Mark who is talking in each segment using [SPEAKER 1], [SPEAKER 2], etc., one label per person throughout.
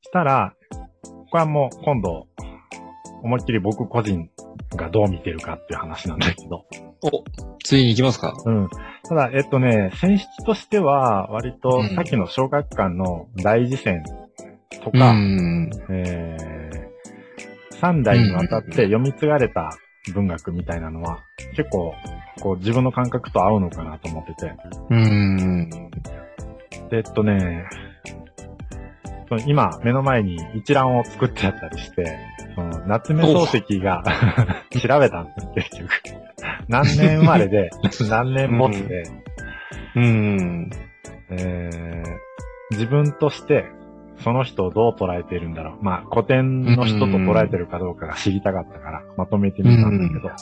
[SPEAKER 1] したら、これはもう今度、思いっきり僕個人がどう見てるかっていう話なんだけど。
[SPEAKER 2] お、ついに行きますか
[SPEAKER 1] うん。ただ、えっとね、選出としては、割と
[SPEAKER 2] うん
[SPEAKER 1] さっきの小学館の大事戦と
[SPEAKER 2] う
[SPEAKER 1] か、
[SPEAKER 2] ん。
[SPEAKER 1] えー、3代にわたって読み継がれた文学みたいなのは、結構、こう自分の感覚と合うのかなと思ってて。
[SPEAKER 2] うん。
[SPEAKER 1] で、えっとね、その今、目の前に一覧を作ってあったりして、その夏目漱石が 調べたんです、結局。何年生まれで、何年持つで、
[SPEAKER 2] うん。
[SPEAKER 1] えー自分として、その人をどう捉えているんだろう。まあ、古典の人と捉えてるかどうかが知りたかったから、まとめてみたんだけど。え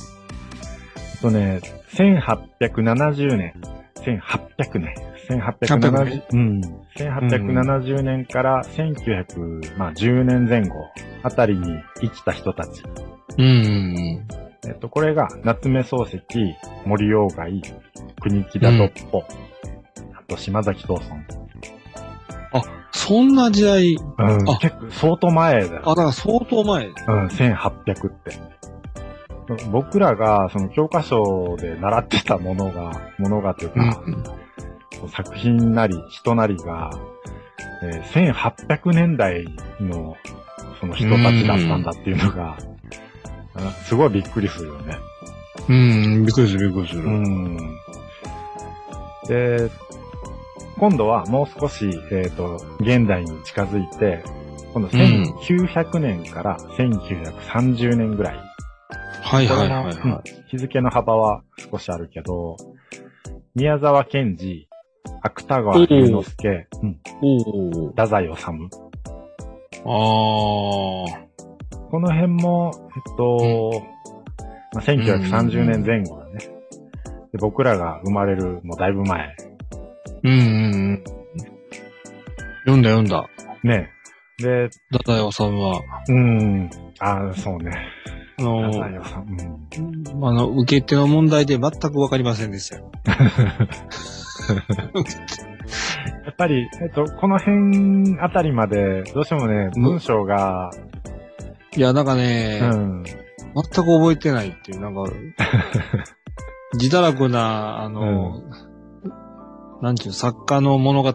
[SPEAKER 1] っとね、1870年、1800年、1870, うん、1870年から1910年前後あたりに生きた人たち。
[SPEAKER 2] うん。
[SPEAKER 1] えっと、これが夏目漱石、森鴎外、国木田とっぽ、あと島崎藤村。
[SPEAKER 2] そんな時代、
[SPEAKER 1] うん、
[SPEAKER 2] あ
[SPEAKER 1] 結構相当前だ
[SPEAKER 2] あ、だ
[SPEAKER 1] よ。
[SPEAKER 2] から相当前。
[SPEAKER 1] うん、1800って。僕らが、その教科書で習ってたものが、ものがというか、作品なり、人なりが、えー1800年代の、その人たちだったんだっていうのが、あすごいびっくりするよね。
[SPEAKER 2] うん。びっくりする、びっくりする。
[SPEAKER 1] うん。で、今度はもう少し、えっ、と、現代に近づいて、今度
[SPEAKER 2] うん
[SPEAKER 1] 1900年から1930年ぐらい。
[SPEAKER 2] はいはいはい
[SPEAKER 1] これのう
[SPEAKER 2] は
[SPEAKER 1] ん日付の幅は少しあるけど、宮沢賢治、芥川龍之介、うん、
[SPEAKER 2] い。お
[SPEAKER 1] 太宰治。
[SPEAKER 2] お。ああ。
[SPEAKER 1] この辺も、えっと、まあ、1930年前後だね。で僕らが生まれるもうだいぶ前。
[SPEAKER 2] うんうん。読んだ読んだ。
[SPEAKER 1] ね。で、
[SPEAKER 2] ダダイオさんは、
[SPEAKER 1] うん。ああ、そうね。太
[SPEAKER 2] あの、
[SPEAKER 1] 宰治うん
[SPEAKER 2] あの、受け手の問題で全くわかりませんでしたよ。
[SPEAKER 1] やっぱり、えっと、この辺あたりまで、どうしてもね、
[SPEAKER 2] うん
[SPEAKER 1] 文章が、
[SPEAKER 2] いや、なんか
[SPEAKER 1] う
[SPEAKER 2] ね、
[SPEAKER 1] ん。
[SPEAKER 2] 全く覚えてないっていう、な んか、自堕落な、あの、なんちゅう、作家の物語。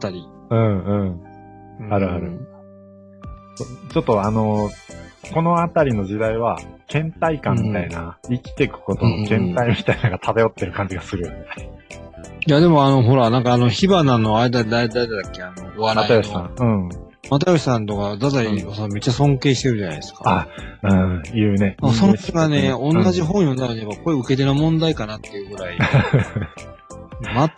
[SPEAKER 1] うん、うん。あるある
[SPEAKER 2] うん。
[SPEAKER 1] ちょっとあの、このあたりの時代は、倦怠感みたいな、生きていくことの倦怠みたいなのが漂ってる感じがするよね。
[SPEAKER 2] いや、でもあの、ほら、なんかあの、火花の間で、誰誰だっけ、あの、お笑いの。
[SPEAKER 1] 又吉さん。うん。
[SPEAKER 2] 又吉さんとか、太宰さんめっちゃ尊敬してるじゃないですか。
[SPEAKER 1] あ、うん、言うね。
[SPEAKER 2] まあその人がね、
[SPEAKER 1] う
[SPEAKER 2] 同
[SPEAKER 1] ん
[SPEAKER 2] じ本読んだのに、これ受け手の問題かなっていうぐらい、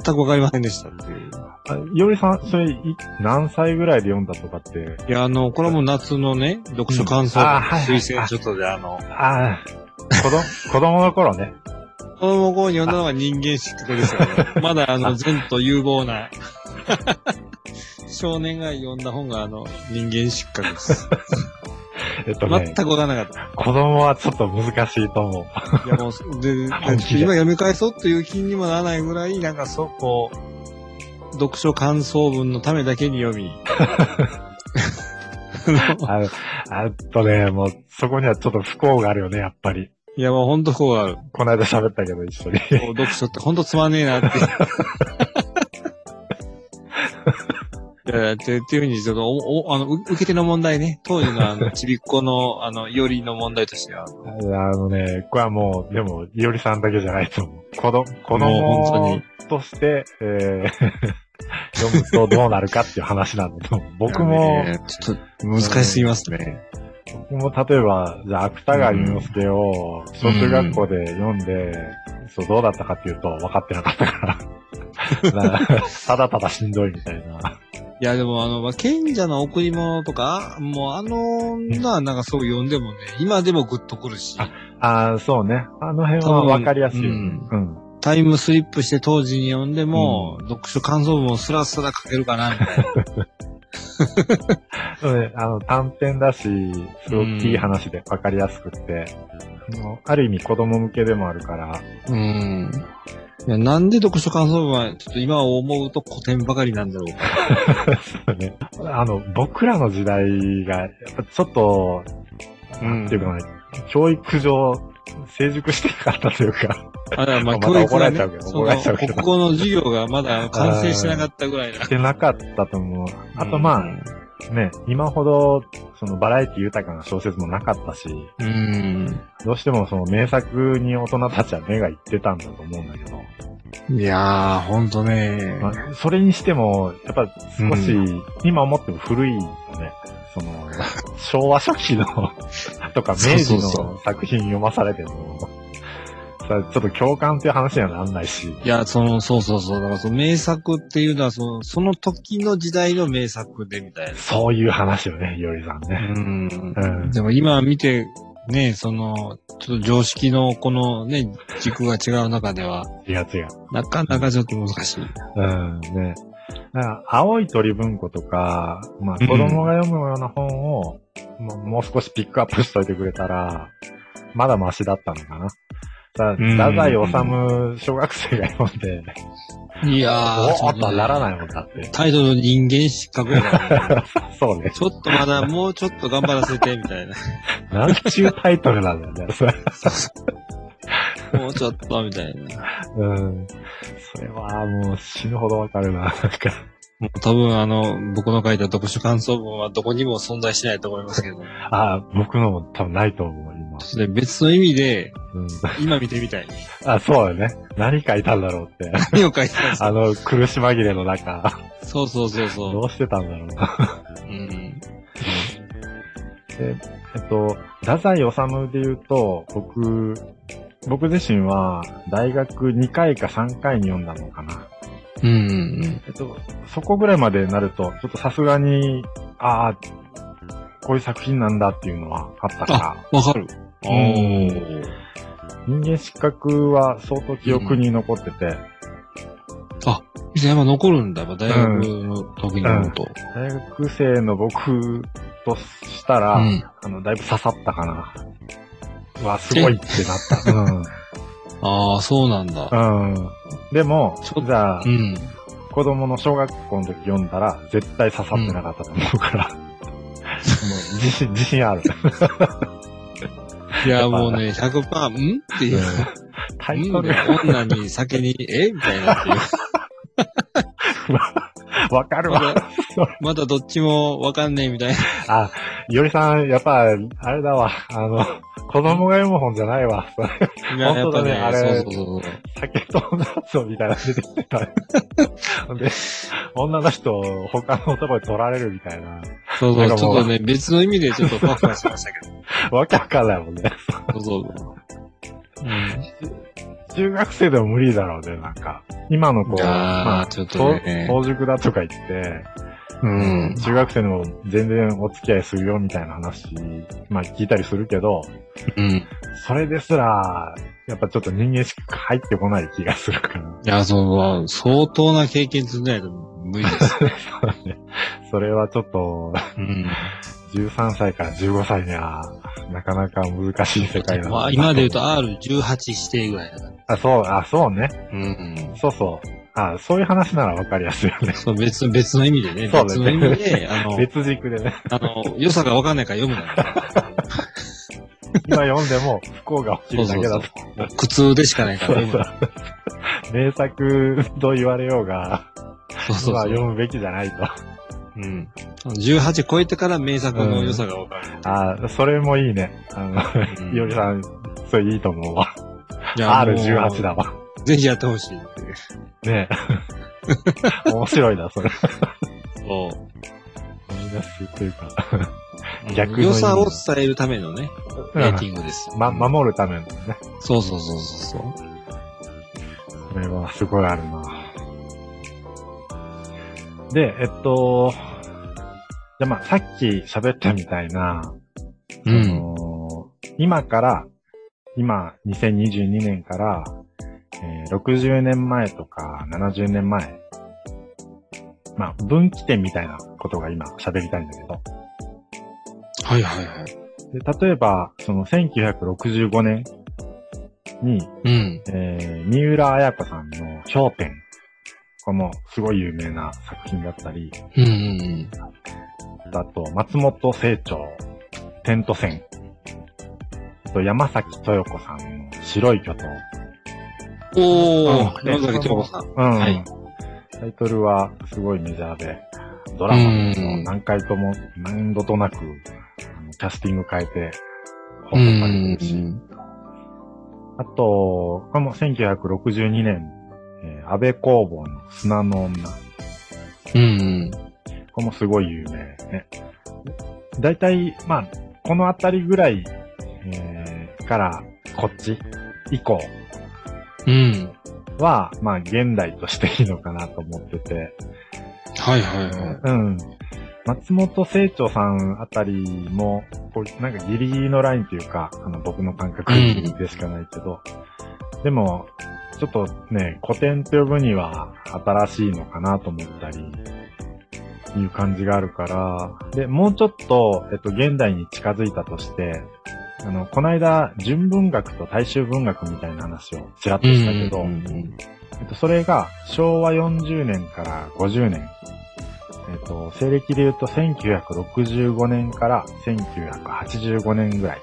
[SPEAKER 2] 全くわかりませんでしたっていう。
[SPEAKER 1] あいおりさん、それ、い何歳ぐらいで読んだとかって。
[SPEAKER 2] いや、あの、これはもう夏のね、読書感想
[SPEAKER 1] うんあ
[SPEAKER 2] 会
[SPEAKER 1] はいはい
[SPEAKER 2] 推薦書とで、あの、
[SPEAKER 1] ああ、子供、子供の頃ね。
[SPEAKER 2] 子供の頃に読んだのが人間失格です よね。まだあの、善と有望な、少年が読んだ本があの、人間失格です。
[SPEAKER 1] えっとね
[SPEAKER 2] 全、くわからなかっ
[SPEAKER 1] 子供はちょっと難しいと思う。
[SPEAKER 2] た。いや、もう、で、
[SPEAKER 1] 本気で
[SPEAKER 2] 今読み返そうという気にもならないぐらい、なんかそう、こう、読書感想文のためだけに 読み、 あの
[SPEAKER 1] ああとね、もう、そこにはちょっと不幸があるよね、やっぱり。
[SPEAKER 2] いや、もうほんとこうある。
[SPEAKER 1] この間喋ったけど、一緒に。
[SPEAKER 2] こう読書ってほんとつまんねえなって。 いやいや、って、っていうふうに、ちょっと、お、お、あの、う受け手の問題ね。当時の、あ の、ちびっ子の、あの、よりの問題としては。
[SPEAKER 1] あのね、これはもう、でも、いおりさんだけじゃないと思う。子供、子
[SPEAKER 2] もう本当
[SPEAKER 1] 供
[SPEAKER 2] に
[SPEAKER 1] として、えー読むとどうなるかっていう話なんだと思う。僕
[SPEAKER 2] い
[SPEAKER 1] も、
[SPEAKER 2] やね、ちょっと、難しすぎますね。
[SPEAKER 1] 僕も例えば、じゃあ、芥川龍之介を小中学校で読んで、そう、どうだったかっていうと、分かってなかったから。 だからただただしんどいみたいな。
[SPEAKER 2] いや、でも、あの、まあ、賢者の贈り物とか、もう、あの、な、なんかそう読んでもね、今でもグッとくるし、
[SPEAKER 1] ああ、そうね。あの辺は分かりやすいよね。
[SPEAKER 2] う
[SPEAKER 1] うん
[SPEAKER 2] タイムスリップして当時に読んでも、読書感想文をスラスラ書けるかな、みたいな。
[SPEAKER 1] そうね、あの、短編だし、すごくいい話で分かりやすくって、あのある意味子供向けでもあるから、
[SPEAKER 2] うん。いやなんで読書感想文は、ちょっと今思うと古典ばかりなんだろう。
[SPEAKER 1] そうね。あの、僕らの時代が、やっぱちょっと、
[SPEAKER 2] うん
[SPEAKER 1] っていうかね、教育上、成熟してなかったという か、
[SPEAKER 2] あだからまあ
[SPEAKER 1] また
[SPEAKER 2] 教育がね
[SPEAKER 1] 怒られちゃうけ、ど
[SPEAKER 2] そ
[SPEAKER 1] 怒られちゃ
[SPEAKER 2] の
[SPEAKER 1] うけど
[SPEAKER 2] 国語の授業がまだ完成してなかったぐらいな
[SPEAKER 1] し。てなかったと思う。あとまあ、
[SPEAKER 2] あ、
[SPEAKER 1] ね、今ほど、そのバラエティ豊かな小説もなかったし、
[SPEAKER 2] うん。
[SPEAKER 1] どうしてもその名作に大人たちは目がいってたんだと思うんだけど、
[SPEAKER 2] いやー、ほんとね。
[SPEAKER 1] まあ、それにしても、やっぱ少し、
[SPEAKER 2] う
[SPEAKER 1] 今思っても古いよね。その、昭和初期の とか明治
[SPEAKER 2] そうそう
[SPEAKER 1] の作品読まされても、さちょっと共感っていう話にはなんないし、
[SPEAKER 2] いや、その、そうそうそう。だからその名作っていうのは、その、その時の時代の名作でみたいな。
[SPEAKER 1] そういう話よね、いおりさんね。
[SPEAKER 2] ん
[SPEAKER 1] うん
[SPEAKER 2] でも今見て、ね、その、ちょっと常識のこのね、軸が違う中では、
[SPEAKER 1] 違う違う。
[SPEAKER 2] なかなかちょっと難しい。
[SPEAKER 1] うん、ね。だから青い鳥文庫とか、まあ子供が読むような本を、もうもう少しピックアップしといてくれたら、まだマシだったのかな。だ
[SPEAKER 2] うん
[SPEAKER 1] 太宰治、小学生が読んで、
[SPEAKER 2] いやー、
[SPEAKER 1] おおっとはなら
[SPEAKER 2] い。
[SPEAKER 1] ないもんだ って。
[SPEAKER 2] タイトル人間失格やから ね
[SPEAKER 1] そうね。
[SPEAKER 2] ちょっとまだ、もうちょっと頑張らせて、みた いな。
[SPEAKER 1] なんちゅうタイトルなんだよね。それ
[SPEAKER 2] もうちょっと、みたいな。
[SPEAKER 1] うん。それはもう死ぬほどわかるな。なんか、
[SPEAKER 2] もう多分あの、僕の書いた読書感想文はどこにも存在しないと思いますけど。
[SPEAKER 1] あ僕のも多分ないと思う、今。
[SPEAKER 2] それ別の意味で、
[SPEAKER 1] うん。
[SPEAKER 2] 今見てみたい。
[SPEAKER 1] あ、そうだよね。何書いたんだろうって。
[SPEAKER 2] 何を書いてたんです
[SPEAKER 1] あ
[SPEAKER 2] か
[SPEAKER 1] の、苦し紛れの中。
[SPEAKER 2] そうそうそう
[SPEAKER 1] ど
[SPEAKER 2] そう
[SPEAKER 1] してたんだろうな。
[SPEAKER 2] う。うん。
[SPEAKER 1] で、 えっと、太宰治で言うと、僕、僕自身は大学2回か3回に読んだのかな。
[SPEAKER 2] うんうん
[SPEAKER 1] えっと、そこぐらいまでになると、ちょっとさすがに、ああ、こういう作品なんだっていうのはあったから、
[SPEAKER 2] うん。わかる。
[SPEAKER 1] おー人間失格は相当記憶に残ってて、
[SPEAKER 2] じゃあやっぱ残るんだ、やっぱ大学の時に思うと。
[SPEAKER 1] 大学生の僕としたら、
[SPEAKER 2] うん
[SPEAKER 1] あの、だいぶ刺さったかな。うわ、すごいってなった。うん。
[SPEAKER 2] ああ、そうなん だ。
[SPEAKER 1] うん。でも、
[SPEAKER 2] ちょ
[SPEAKER 1] じゃあ
[SPEAKER 2] う、ん。
[SPEAKER 1] 子供の小学校の時読んだら、絶対刺さってなかったと思うから。もう自信、自信ある。
[SPEAKER 2] いや、もうね、100%、んっていう。
[SPEAKER 1] タ
[SPEAKER 2] う
[SPEAKER 1] イ
[SPEAKER 2] ん
[SPEAKER 1] トルが、
[SPEAKER 2] 女に酒に、 えみたいなっていう。
[SPEAKER 1] わかる
[SPEAKER 2] ま
[SPEAKER 1] わ。
[SPEAKER 2] だ、まだどっちもわかんねえみたいな。
[SPEAKER 1] あ、いおりさん、やっぱ、あれだわ。あの、子供が読む本じゃないわ。それ
[SPEAKER 2] いやや
[SPEAKER 1] 本当
[SPEAKER 2] っぱ
[SPEAKER 1] だね
[SPEAKER 2] ね、
[SPEAKER 1] あれ
[SPEAKER 2] そうそうそう
[SPEAKER 1] 酒と女の人みたいなの出てきてた。で、女の人を他の男に取られるみたいな。
[SPEAKER 2] そう。そう
[SPEAKER 1] なんか
[SPEAKER 2] そう、ち
[SPEAKER 1] も
[SPEAKER 2] ょ
[SPEAKER 1] う
[SPEAKER 2] っとね、別の意味でちょっとふわふわしましたけ
[SPEAKER 1] わけわかんないもんね。
[SPEAKER 2] ど。そうそう。うん。
[SPEAKER 1] 中学生でも無理だろうね、なんか。今の子、ま
[SPEAKER 2] あ
[SPEAKER 1] あ
[SPEAKER 2] あ、、ちょっと
[SPEAKER 1] と
[SPEAKER 2] ね。
[SPEAKER 1] 早熟だとか言って、
[SPEAKER 2] うん。
[SPEAKER 1] 中学生でも全然お付き合いするよみたいな話、まあ聞いたりするけど、
[SPEAKER 2] うん。
[SPEAKER 1] それですら、やっぱちょっと人間しか入ってこない気がするから。
[SPEAKER 2] いや、その、相当な経験積んでないと無理です。
[SPEAKER 1] そうねそれはちょっと、
[SPEAKER 2] うん。
[SPEAKER 1] 13歳から15歳には、なかなか難しい世界だな
[SPEAKER 2] まあ、今で言うと R18 指定ぐらいだから。
[SPEAKER 1] あ、そう、あ、そうね。
[SPEAKER 2] うん。
[SPEAKER 1] そうそう。あ、そういう話ならわかりやすいよね。
[SPEAKER 2] そう、別、別の意味でね。
[SPEAKER 1] そうだ
[SPEAKER 2] 別
[SPEAKER 1] ね
[SPEAKER 2] の意味で、あの、
[SPEAKER 1] 別軸でね。
[SPEAKER 2] あの、良さがわかんないから読むな。
[SPEAKER 1] 今読んでも不幸が起きるだけだと。
[SPEAKER 2] 苦痛でしかないか
[SPEAKER 1] そ
[SPEAKER 2] ら
[SPEAKER 1] う
[SPEAKER 2] 読む
[SPEAKER 1] そ
[SPEAKER 2] な。
[SPEAKER 1] う。名作と言われようが、
[SPEAKER 2] そうそう
[SPEAKER 1] まあ
[SPEAKER 2] そう。
[SPEAKER 1] 読むべきじゃないと。
[SPEAKER 2] うん。18超えてから名作の良さがわかる。
[SPEAKER 1] ああ、それもいいね。あの、
[SPEAKER 2] うん
[SPEAKER 1] いおりさん、それいいと思うわ。
[SPEAKER 2] いや
[SPEAKER 1] R18 だ。
[SPEAKER 2] も
[SPEAKER 1] わ。
[SPEAKER 2] うぜひやってほしい。
[SPEAKER 1] ね え。面白いな、それ。
[SPEAKER 2] そ
[SPEAKER 1] マイナスというか、
[SPEAKER 2] う。
[SPEAKER 1] 逆の意味
[SPEAKER 2] 良さを伝えるためのね、レーティングです。
[SPEAKER 1] ま、守るためのね。
[SPEAKER 2] そうそうそうそうそう。
[SPEAKER 1] それはすごいあるな。で、えっと、じゃあまあ、さっき喋ったみたいな、
[SPEAKER 2] う
[SPEAKER 1] あ
[SPEAKER 2] ん。
[SPEAKER 1] の今から、今、2022年から、えー60年前とか70年前、まあ、分岐点みたいなことが今喋りたいんだけど、
[SPEAKER 2] はいはいはい。
[SPEAKER 1] で例えば、その1965年に、
[SPEAKER 2] うん。
[SPEAKER 1] えー、三浦綾子さんの氷点。このすごい有名な作品だったり、
[SPEAKER 2] うんうん
[SPEAKER 1] あと松本清張、テント戦。あと山崎豊子さんの白い巨頭。
[SPEAKER 2] うん。お
[SPEAKER 1] う
[SPEAKER 2] ー、
[SPEAKER 1] ん
[SPEAKER 2] 山崎京子さん。
[SPEAKER 1] うん。
[SPEAKER 2] はい
[SPEAKER 1] タイトルはすごいメジャーで、ドラマ
[SPEAKER 2] う
[SPEAKER 1] も
[SPEAKER 2] ん
[SPEAKER 1] 何回とも何度となく、あのキャスティング変えて放送されてるし。あと、これも1962年、えー安倍工房の砂の女。
[SPEAKER 2] うん
[SPEAKER 1] これもすごい有名ね。だいたい、まあ、このあたりぐらい、えーから、こっち以降
[SPEAKER 2] うん。うん。
[SPEAKER 1] は、まあ、現代としていいのかなと思ってて、
[SPEAKER 2] はいはいはい。
[SPEAKER 1] うん。松本清張さんあたりも、こう、なんかギリギリのラインというか、あの、僕の感覚でしかないけど、でも、ちょっとね、古典と呼ぶには新しいのかなと思ったり、いう感じがあるから、で、もうちょっと、えっと、現代に近づいたとして、あの、この間、純文学と大衆文学みたいな話をちらっとしたけど、
[SPEAKER 2] うん
[SPEAKER 1] えっと、それが昭和40年から50年。えっと、西暦で言うと1965年から1985年ぐらい。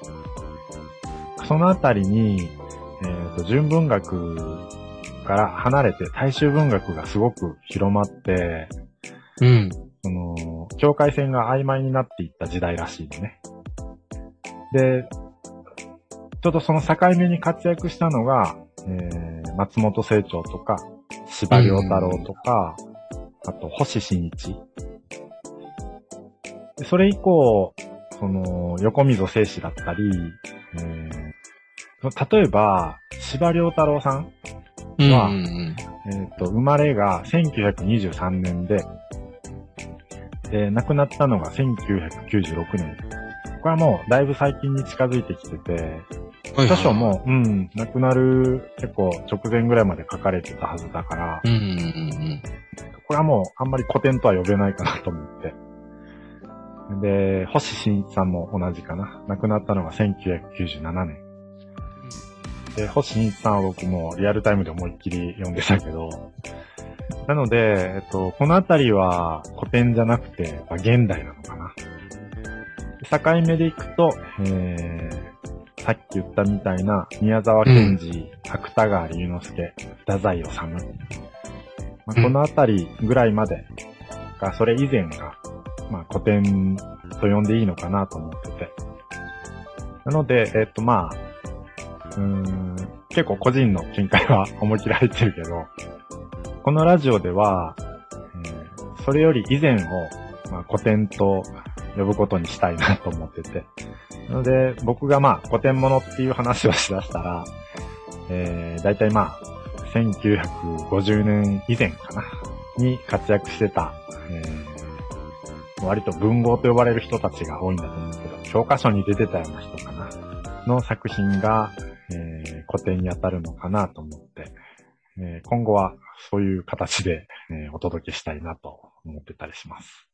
[SPEAKER 1] そのあたりに、えっと、純文学から離れて大衆文学がすごく広まって、
[SPEAKER 2] うん。
[SPEAKER 1] その、境界線が曖昧になっていった時代らしいのね。で、ちょっとその境目に活躍したのが、えー、松本清張とか、司馬遼太郎とか、あと星新一。でそれ以降、その、横溝正史だったり、えー、例えば、司馬遼太郎さん
[SPEAKER 2] うん。
[SPEAKER 1] は
[SPEAKER 2] うん
[SPEAKER 1] えっ、と、生まれが1923年で、で、亡くなったのが1996年。これはもう、だいぶ最近に近づいてきてて、
[SPEAKER 2] はいはい
[SPEAKER 1] 著書。も、うん、亡くなる結構直前ぐらいまで書かれてたはずだから
[SPEAKER 2] う、んうん
[SPEAKER 1] これはもう、あんまり古典とは呼べないかなと思って。で、星新一さんも同じかな。亡くなったのが1997年。で、星新一さんは僕もリアルタイムで思いっきり読んでたけど、なので、えっと、このあたりは古典じゃなくて、やっぱ現代なのかな。境目でいくと、えー、さっき言ったみたいな、宮沢賢治、芥川龍之介、太宰治。まあ、このあたりぐらいまでが、それ以前が、まあ、古典と呼んでいいのかなと思ってて。なので、えっと、まあ、うーん結構個人の見解は思い切られてるけど、このラジオでは、えーそれより以前を、まあ、古典と呼ぶことにしたいなと思ってて。なので、僕がまあ、古典物っていう話をしだしたら、えー、だいたいまあ、1950年以前かな、に活躍してた、えー割と文豪と呼ばれる人たちが多いんだと思うけど、教科書に出てたような人かな、の作品が、えー古典に当たるのかなと思って、えー今後はそういう形で、えーお届けしたいなと思ってたりします。